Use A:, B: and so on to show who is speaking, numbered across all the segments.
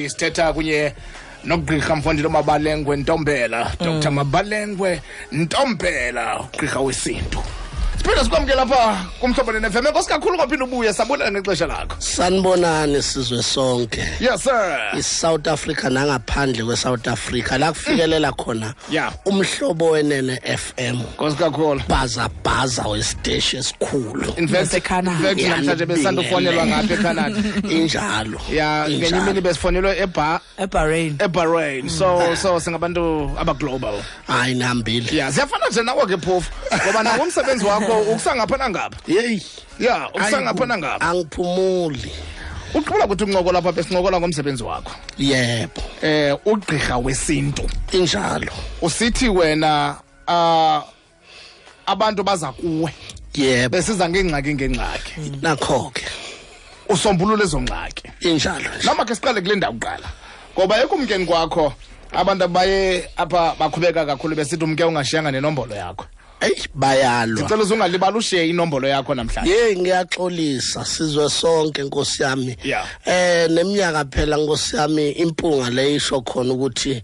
A: sithetha kunye nogqirha mfundile mabalengwe ntombela dr
B: Mm.
A: mabalengwe ntombela ugqirha wesintu siphinde sikwamkela pha kumhlobo nenefem enkosi kakhulu kwaphinde ubuye sabulela ngexesha lakho
B: sanibonani sizwe sonke
A: yes sir
B: isouth africa nangaphandle kwesouth africa la kufikelela khona
A: Yeah.
B: umhlobo wenene fm
A: nkosi kakhulu
B: bhazabhaza wesiteshi esikhulu
A: In fact-
C: YaseCanada.
A: in fact, namhlanje besandufonelwa ngapha ecanada
B: injalo
A: ya ngenye imini besifonelwe eba-
C: ebahrain
A: ebahrain
B: Mm.
A: so so singabantu abaglobal
B: hayi nihambile
A: ya ziyafana nje nawe ke phofu ngoba nango umsebenzi wakho ukusangapha nangapha
B: yeyi
A: ya
B: Hayi,
A: ukusangapha nangapha
B: angiphumuli
A: uqubula ukuthi uncokola pha besincokola ngomsebenzi wakho
B: yebo
A: eh ugqirha wesintu
B: injalo
A: usithi wena ah abantu baza kuwe
B: yebo
A: besiza ngengxaki ngengxaki
B: nakho ke
A: usombulule ezo ngxaki
B: injalo nje
A: noma ke siqale kule ndawo kuqala ngoba ekumkeni kwakho abantu abaye apha bakhubeka kakhulu besithi umke ungashiyanga nenombolo yakho
B: eyi bayalwa
A: ndicela uze ungalibali ushiye inombolo yakho namhlanje
B: yeyi ngiyaxolisa sizwe sonke nkosi yami
A: Yeah.
B: eh neminyaka phela nkosi yami impunga leyisho khona ukuthi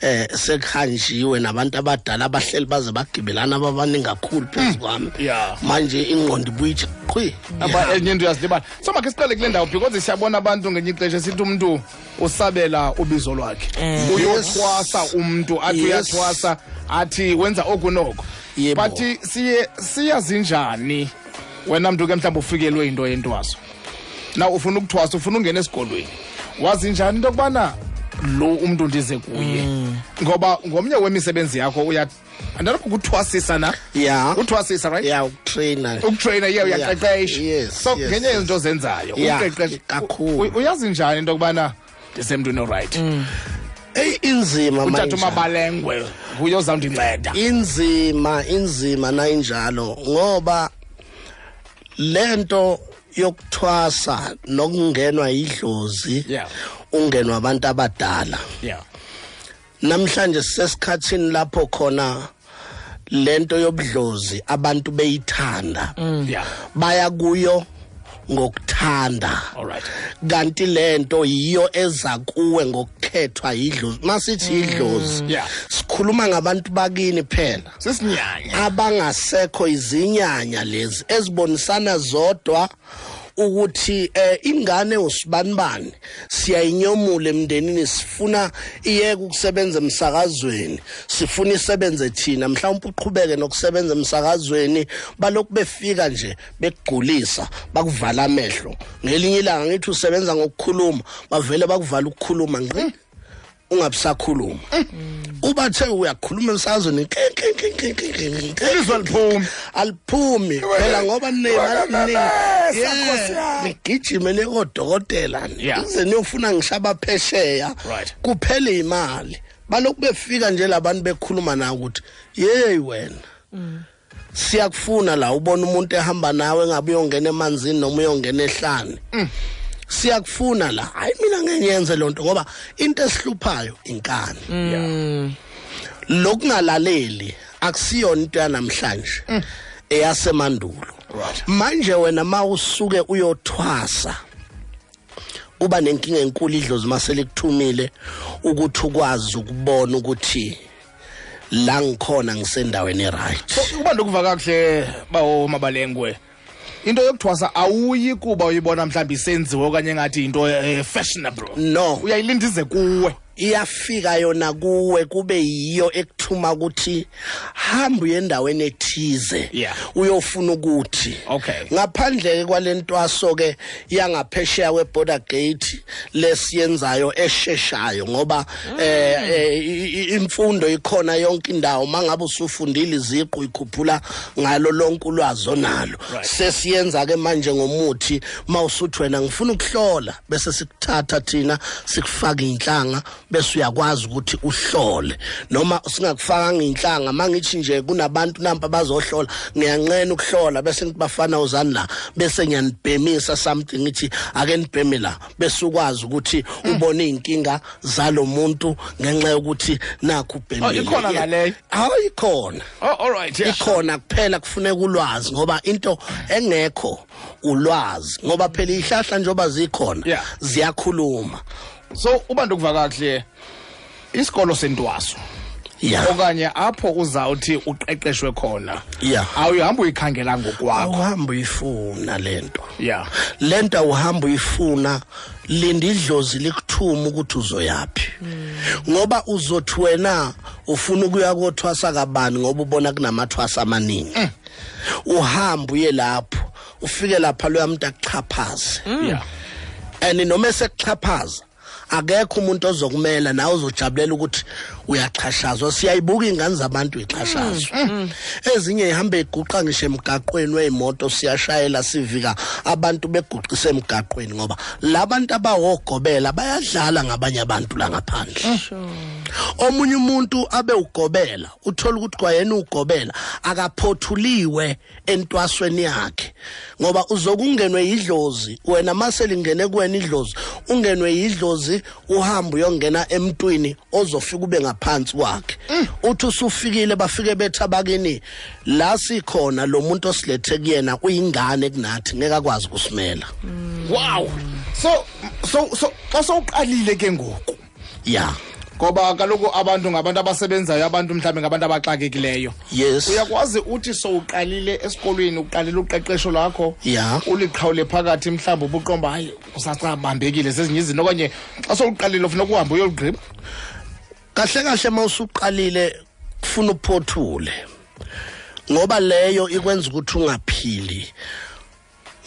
B: eh sekuhanjiwe nabantu abadala abahleli baze bagibelana ababaningi kakhulu phezu kwami
A: Yeah.
B: manje ingqondo ibuyitsha qwi
A: apha enye into uyazilibala so makhe siqale kule ndawo because siyabona abantu ngenye ixesha esithi umntu usabela ubizo lwakhe
C: Mm.
A: uyothwasa umntu athi
B: Eh. Yes.
A: uyathwasa athi wenza oku noko
B: Yebo.
A: but siye siyazinjani wena mntu ke mhlawumbi ufikelwe into yentwaso na ufuna ukuthwasa ufuna ungena esikolweni wazinjani into yokubana lo umntu ndize kuye
B: Mm.
A: ngoba ngomnye wemisebenzi yakho uya andalokho kuthwasisa na
B: ya
A: uthwasisa right
B: ya ukutraina
A: ukutrayina iye
B: Yeah.
A: uyaqeqesha
B: Yes,
A: so
B: yes,
A: ngenye
B: yes.
A: yezinto ozenzayo
B: Yeah,
A: uqeqesha
B: kakhulu. Mm.
A: U- u- uyazi njani into yokubana ndisemntwini orayithi
B: eyi inzima
A: utata
B: manje.
A: umabalengwe nguye ozawundinceda
B: inzima inzima nayinjalo ngoba lento yokuthwasa nokungenwa idlozi
A: Yeah.
B: ungenwa abantu abadala
A: yeah
B: namhlanje sisesikhatsini lapho khona lento yobudlozi abantu beyithanda
A: yeah
B: baya kuyo ngokuthanda
A: all right
B: kanti lento yiyo eza kuwe ngokukhethwa idlozi masithi idlozi
A: Mm. Yeah.
B: sikhuluma ngabantu bakini phela
A: sisinyanya
B: abangasekho izinyanya lezi ezibonisana zodwa ukuthi eh ingane usibanibani siyayinyomula emndenini sifuna iyeke ukusebenza emsakazweni sifuna isebenze thina mhlawumbe uqhubeke nokusebenza emsakazweni balokhu befika nje bekugulisa bakuvala amehlo ngelinye ilanga ngithi usebenza ngokukhuluma bavele bakuvala ukukhuluma ngqi ungabisakhuluma Eh, ubathe uyakhuluma emsakazweni ke- ke- ke- ke- ke- ke- ke-
A: ilizwe liphumi
B: aliphumi phela ngoba
A: Uyakamesa, Nkosi
B: nina
A: yami.
B: nigijime niye kodokotela
A: Yeah.
B: nize niyofuna ngishaba phesheya
A: Right.
B: kuphele imali balokhu befika nje labantu bekhuluma nawe ukuthi yeyi wena siyakufuna la ubona umuntu ehamba nawe engabe uyongena emanzini noma uyongena ehlane siyakufuna la hayi mina ngenyenze loo nto ngoba into esihluphayo inkani
A: yeah
B: Mm. lokungalaleli akusiyona into yanamhlanje eyasemandulo
A: Right.
B: manje wena ma usuke uyothwasa uba nenkinga enkulu idlozi maselikuthumile ukuthi ukwazi ukubona ukuthi la ngikhona ngisendaweni
A: so
B: eright
A: ukuba ndikuva kakuhle bawo mabalengwe into yokuthwasa awuyi kuba uyibona mhlawumbi isenziwe okanye engathi yinto eh, fashionable
B: no
A: uyayilinda ize kuwe
B: iyafika yona kuwe kube yiyo ekuthuma ukuthi hamba uye endaweni ethize
A: Yeah.
B: uyofuna ukuthi
A: Okay.
B: ngaphandle kwalentwaso ke yangaphesheya kweborder gate lesiyenzayo esheshayo ngoba
A: Mm.
B: eh, eh, i- i- imfundo ikhona yonke indawo mangabe usufundile iziqu ikhuphula ngalo lonke ulwazi onalo
A: Right.
B: sesiyenza ke manje ngomuthi mawusuthi wena ngifuna ukuhlola bese sikuthatha thina sikufaka inhlanga bese uyakwazi ukuthi uhlole noma singakufakanga inhlanga mangithi nje kunabantu nampa bazohlola ngiyanqena ukuhlola bese ngithi bafana uzani la bese ngiyanibhemisa something ngithi ake nibheme la bese ukwazi ukuthi
A: Hmm.
B: ubone iy'nkinga zalo muntu ngenxa yokuthi nakho ubhemile
A: Oh, ikhona naleyo.
B: hayi khona
A: oh all right yeah
B: ikhona kuphela kufuneka ulwazi ngoba into engekho ulwazi ngoba phela ihlahla njengoba zikhona
A: Yeah.
B: ziyakhuluma
A: so uba ndikuva kakuhle isikolo sentwaso
B: ya
A: okanye apho uzawuthi uqeqeshwe khona
B: ya
A: awuhambi uyikhangela ngokwakho
B: awuhambe uyifuna le nto
A: ya
B: le nto awuhambe uyifuna linda idlozi likuthume ukuthi uzoyaphi ngoba uzothi wena ufuna ukuya kothwasa kabani ngoba ubona kunamathwasa amaningi uhambe uye lapho ufike lapha loyamntu akuxhaphaze
A: ya
B: and noma esekuxhaphaza akekho umuntu ozokumela nawe uzojabulela ukuthi uyaxhashazwa siyayibuka iy'ngane zabantu ixhashazwa ezinye ihambe iguqa ngisho emgaqweni wey'moto siyashayela sivika abantu beguqise emgaqweni ngoba la bantu abawogobela bayadlala ngabanye abantu la ngaphandle omunye umuntu abe ugobela uthola ukuthi kwayena ugobela akaphothuliwe entwasweni yakhe ngoba uzokungenwe yidlozi wena mase lingene kuwena idlozi ungenwe yidlozi uhambe uyongena emntwini ozofika ube ngaphansi kwakhe uthi usufikile bafike bethabakini la sikhona lo muntu osilethe kuyena uyingane kunathi ngeke akwazi ukusimela
A: wow so so so xa sowuqalile ke ngoku
B: ya
A: ngoba kaloku abantu ngabantu abasebenzayo abantu mhlawumbi ngabantu abaxakekileyo
B: yes
A: uyakwazi uthi sowuqalile esikolweni uqalile uqeqesho lwakho
B: ya
A: uliqhawule phakathi mhlawumbi ubuqomba hayi usacabambekile zezinye izinto okanye xa sowuqalile ufuna ukuhambe uyolugqiba
B: kahle kahle mawusuqalile kufuna uphothule ngoba leyo ikwenza ukuthi ungaphili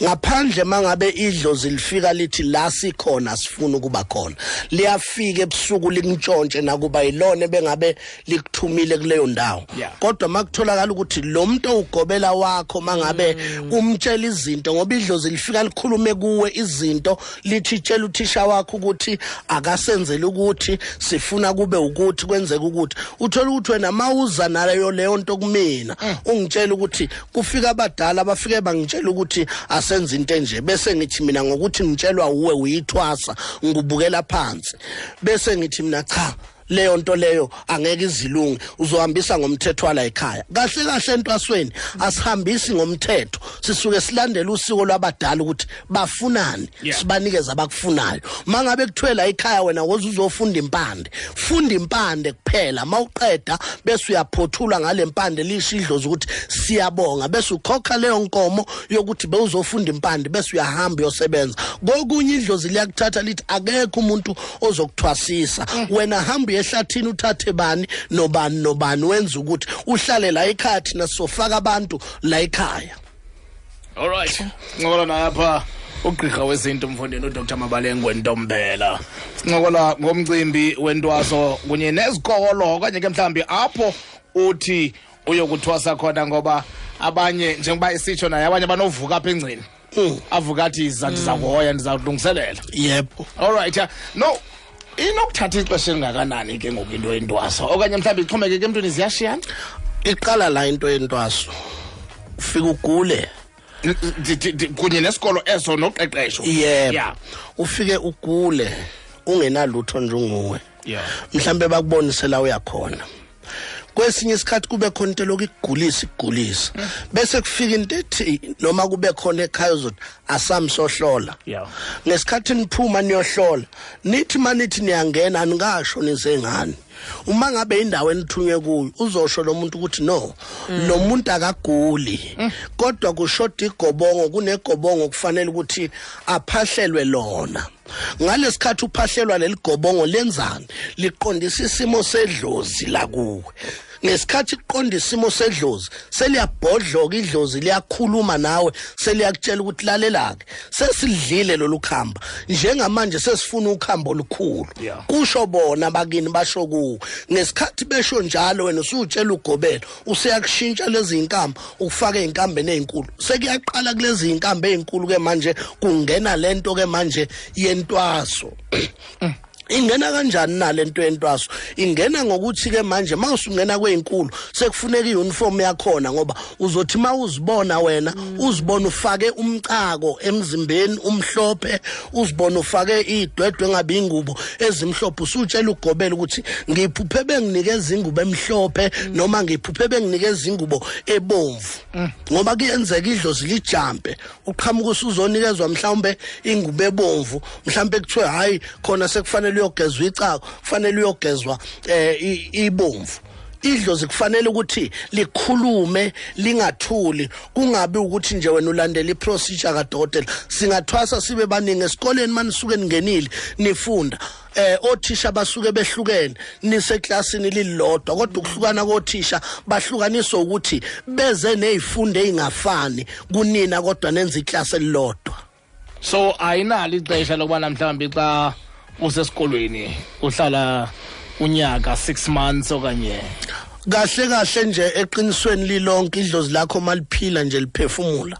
B: ngaphandle mangabe idlozi lifika lithi la sikhona sifuna ukuba khona liyafika ebusuku likuntshontshwe nakuba yilona bengabe likuthumile kuleyo ndawo
A: Yeah.
B: kodwa makutholakala ukuthi lo muntu owugobela wakho mangabe umtshela izinto ngoba idlozi lifika likhulume kuwe izinto lithi tshela uthisha wakho ukuthi akasenzele ukuthi sifuna kube ukuthi kwenzeka ukuthi uthola ukuthi wena mawuza naleyo leyo nto kumina ungitshela ukuthi kufika abadala bafike bangitshela ukuthi asenze into enje bese ngithi mina ngokuthi ngitshelwa uwe uyithwasa ngubukela phansi bese ngithi mina cha leyo nto leyo angeke izilunge uzohambisa ngomthetho wala ekhaya kahle kahle entwasweni asihambisi ngomthetho sisuke silandele usiko lwabadala ukuthi bafunani
A: Yeah.
B: sibanikeze abakufunayo mangabe kuthiwe la ekhaya wena woze uzofunda impande funda impande kuphela mawuqeda bese uyaphothula ngale mpande lisho idlozi ukuthi siyabonga bese ukhokha leyo nkomo yokuthi bewuzofunda impande bese uyahamba uyosebenza kokunye idlozi liyakuthatha lithi akekho umuntu ozokuthwasisa wena hamba uyehlathini uthathe bani nobani nobani wenza ukuthi uhlale la ekhaya thina sizofaka abantu la ekhaya
A: allright sincokola napha ugqirha wezinto mfondini udr mabalengwe ntombela sincokola ngomcimbi wentwaso kunye nezikolo okanye ke mhlawumbi apho uthi uyokuthwasa khona ngoba abanye njengoba isitsho naye abanye banovuka apha engceni
B: Mm.
A: avuka athi "Za- ndizawuhoya ndizawulungiselela
B: yebo
A: allright ya no inokuthatha ixesha elingakanani ke ngoku into yentwaso okanye mhlawumbi ixhomekeke emntwini ziyashiyana
B: iqala la into yentwaso ufika ugule
A: N- d- d- d- kunye nesikolo eso noqeqesho
B: yebo
A: ya
B: ufike ugule ungenalutho nje unguwe
A: ya
B: mhlambe bakubonise la uyakhona kwesinye isikhathi kube khona into loku ikugulisa ikugulisa bese kufika into ethi noma kube khona ekhaya uzothi asamsohlola
A: ya
B: ngesikhathi niphuma niyohlola nithi manithi niyangena ningasho nisengani uma ngabe indawo enithunywe kuyo uzosho lo muntu ukuthi no lo muntu akaguli kodwa kushoda igobongo kunegobongo kufanele ukuthi aphahlelwe lona ngalesikhathi uphahlelwa leligobongo lenzani liqondisa isimo sedlozi la kuwe ngesikhathi kuqonda isimo sedlozi seliyabhodloka idlozi liyakhuluma nawe seliyakutshela ukuthi lalelake sesidlile lolu khamba njengamanje sesifuna ukhambo olukhulu
A: Yeah.
B: kusho bona bakini basho kuwe ngesikhathi besho njalo wena usutshela ugobelo useyakushintsha lezi zinkambo ukufaka ezinkambeni ezinkulu sekuyaqala kulezi zinkambo ezinkulu ke manje kungena lento ke manje yentwaso ingena kanjani na lento yentwaso ingena ngokuthi ke manje mawusungena kweinkulu sekufuneka iuniform yakhona ngoba uzothi mawuzibona wena uzibona ufake umcako emzimbeni umhlophe uzibona ufake idwedwe ngabe ingubo ezimhlophe usutshela ugobela ukuthi ngiphuphe benginikeza ingubo emhlophe noma ngiphuphe benginikeza ingubo ebomvu ngoba kuyenzeka idlozi lijampe uqhamuka usuzonikezwa mhlawumbe ingubo ebomvu mhlawumbe kuthiwe hayi khona sekufanele uyogezwa icako kufanele uyogezwa eh, i- ibomvu idlozi kufanele ukuthi likhulume lingathuli kungabi ukuthi nje wena ulandela iprocedure kadokotela singathwasa sibe baningi esikoleni manisuke ningenile nifunda eh othisha basuke behlukene niseklasini lilodwa kodwa ukuhlukana kothisha bahlukaniswa ukuthi beze nezifundo ezingafani kunina kodwa nenza iklasi elilodwa
A: so ayinalo ixesha lokubana mhlawumbi xa usesikolweni uhlala unyaka 6 months okanye
B: kahle kahle nje eqinisweni lilonke idlozi lakho maliphila nje liphefumula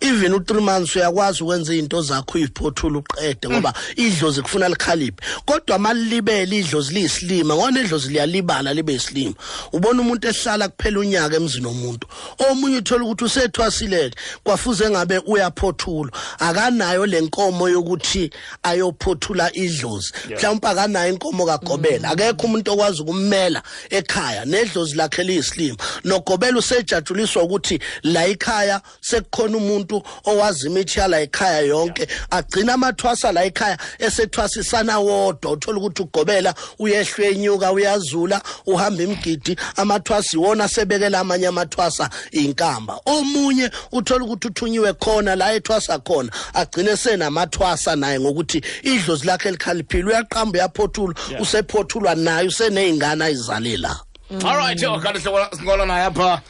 B: even u3 months uyakwazi ukwenza izinto zakho uyiphothula uqede ngoba idlozi kufuna likhaliphe kodwa malilibele idlozi liyisilima ngone idlozi liyalibala libe isilima ubona umuntu ehlala kuphela unyaka emzini womuntu omunye uthola ukuthi usethwasileke kwafuze ngabe uyaphothula akanayo lenkomo yokuthi ayophothula idlozi mhlawumbe akanayo inkomo kagobela akekho umuntu okwazi ukummela ekhaya nedlozi lakhe liyisilima nogobela usejatshuliswa ukuthi la ekhaya sekukhona umuntu owazi imithi yala ekhaya yonke agcina amathwasa la ekhaya esethwasisana wodwa uthola ukuthi ugobela uyehlwe enyuka uyazula uhamba imgidi amathwasi iwona asebekela amanye amathwasa inkamba omunye uthola ukuthi uthunyiwe khona la ethwasa khona agcine senamathwasa naye ngokuthi idlozi lakhe likhaliphile uyaqamba uyaphothula usephothulwa naye useney'ngane ayizalela
A: alright yo kanti sihlola- sincokola naye apha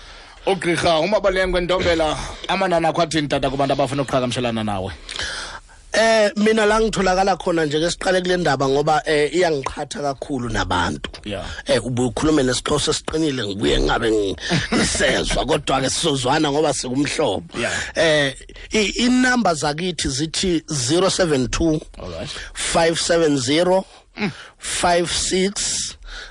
A: ugqirha umabalengwe ntombela amanani akho athini tata kubantu abafuna ukuqhagamshelana nawe
B: Eh mina la ngitholakala khona nje ke siqale kule ndaba ngoba eh iyangiqhatha kakhulu nabantu.
A: Yeah.
B: Eh ubu ukhulume nesixhosa siqinile ngibuye ngabe ngisezwa kodwa ke sizozwana ngoba sikumhlobo.
A: Yeah.
B: Eh i- inumber zakithi zithi 072
A: alright
B: 570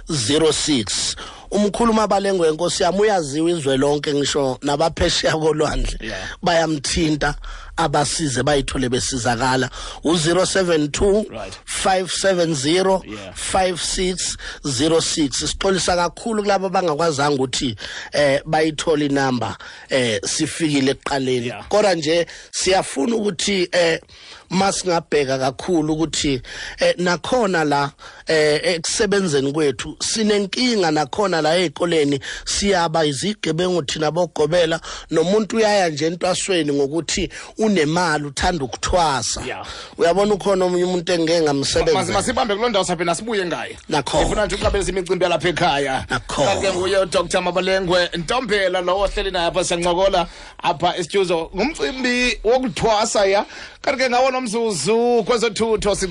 B: 5606 umkhuluma abalengwe inkosi yami uyaziwa izwe lonke ngisho nabaphesheya kolwandle
A: Yeah.
B: bayamthinta abasize bayithole besizakala u-072
A: Right.
B: 570
A: Yeah.
B: 5606 sixolisa kakhulu kulabo abangakwazanga ukuthi eh bayithola inamba eh sifikile ekuqaleni
A: Yeah.
B: kodwa nje siyafuna ukuthi eh masingabheka kakhulu ukuthi eh nakhona la eh ekusebenzeni kwethu sinenkinga nakhona la ezikoleni siyaba izigebengu thina bogobela nomuntu uyaya nje entwasweni ngokuthi unemali uthanda ukuthwasa
A: Yeah.
B: uyabona ukhona omunye umuntu engeke
A: Mas-
B: ngamsebenza
A: masibambe kuloo ndawo saphinda sibuye ngaye
B: Nakhona.
A: ndifuna nje uqabelisa imicimbi yalapha ekhaya
B: Nakhona.
A: Kanti ke nguye udr mabalengwe ntombela lowo ohleli naye apha siyancokola apha isituzo ngumcimbi wokuthwasa ya kanti ke ngawona mzuzu kwezothutho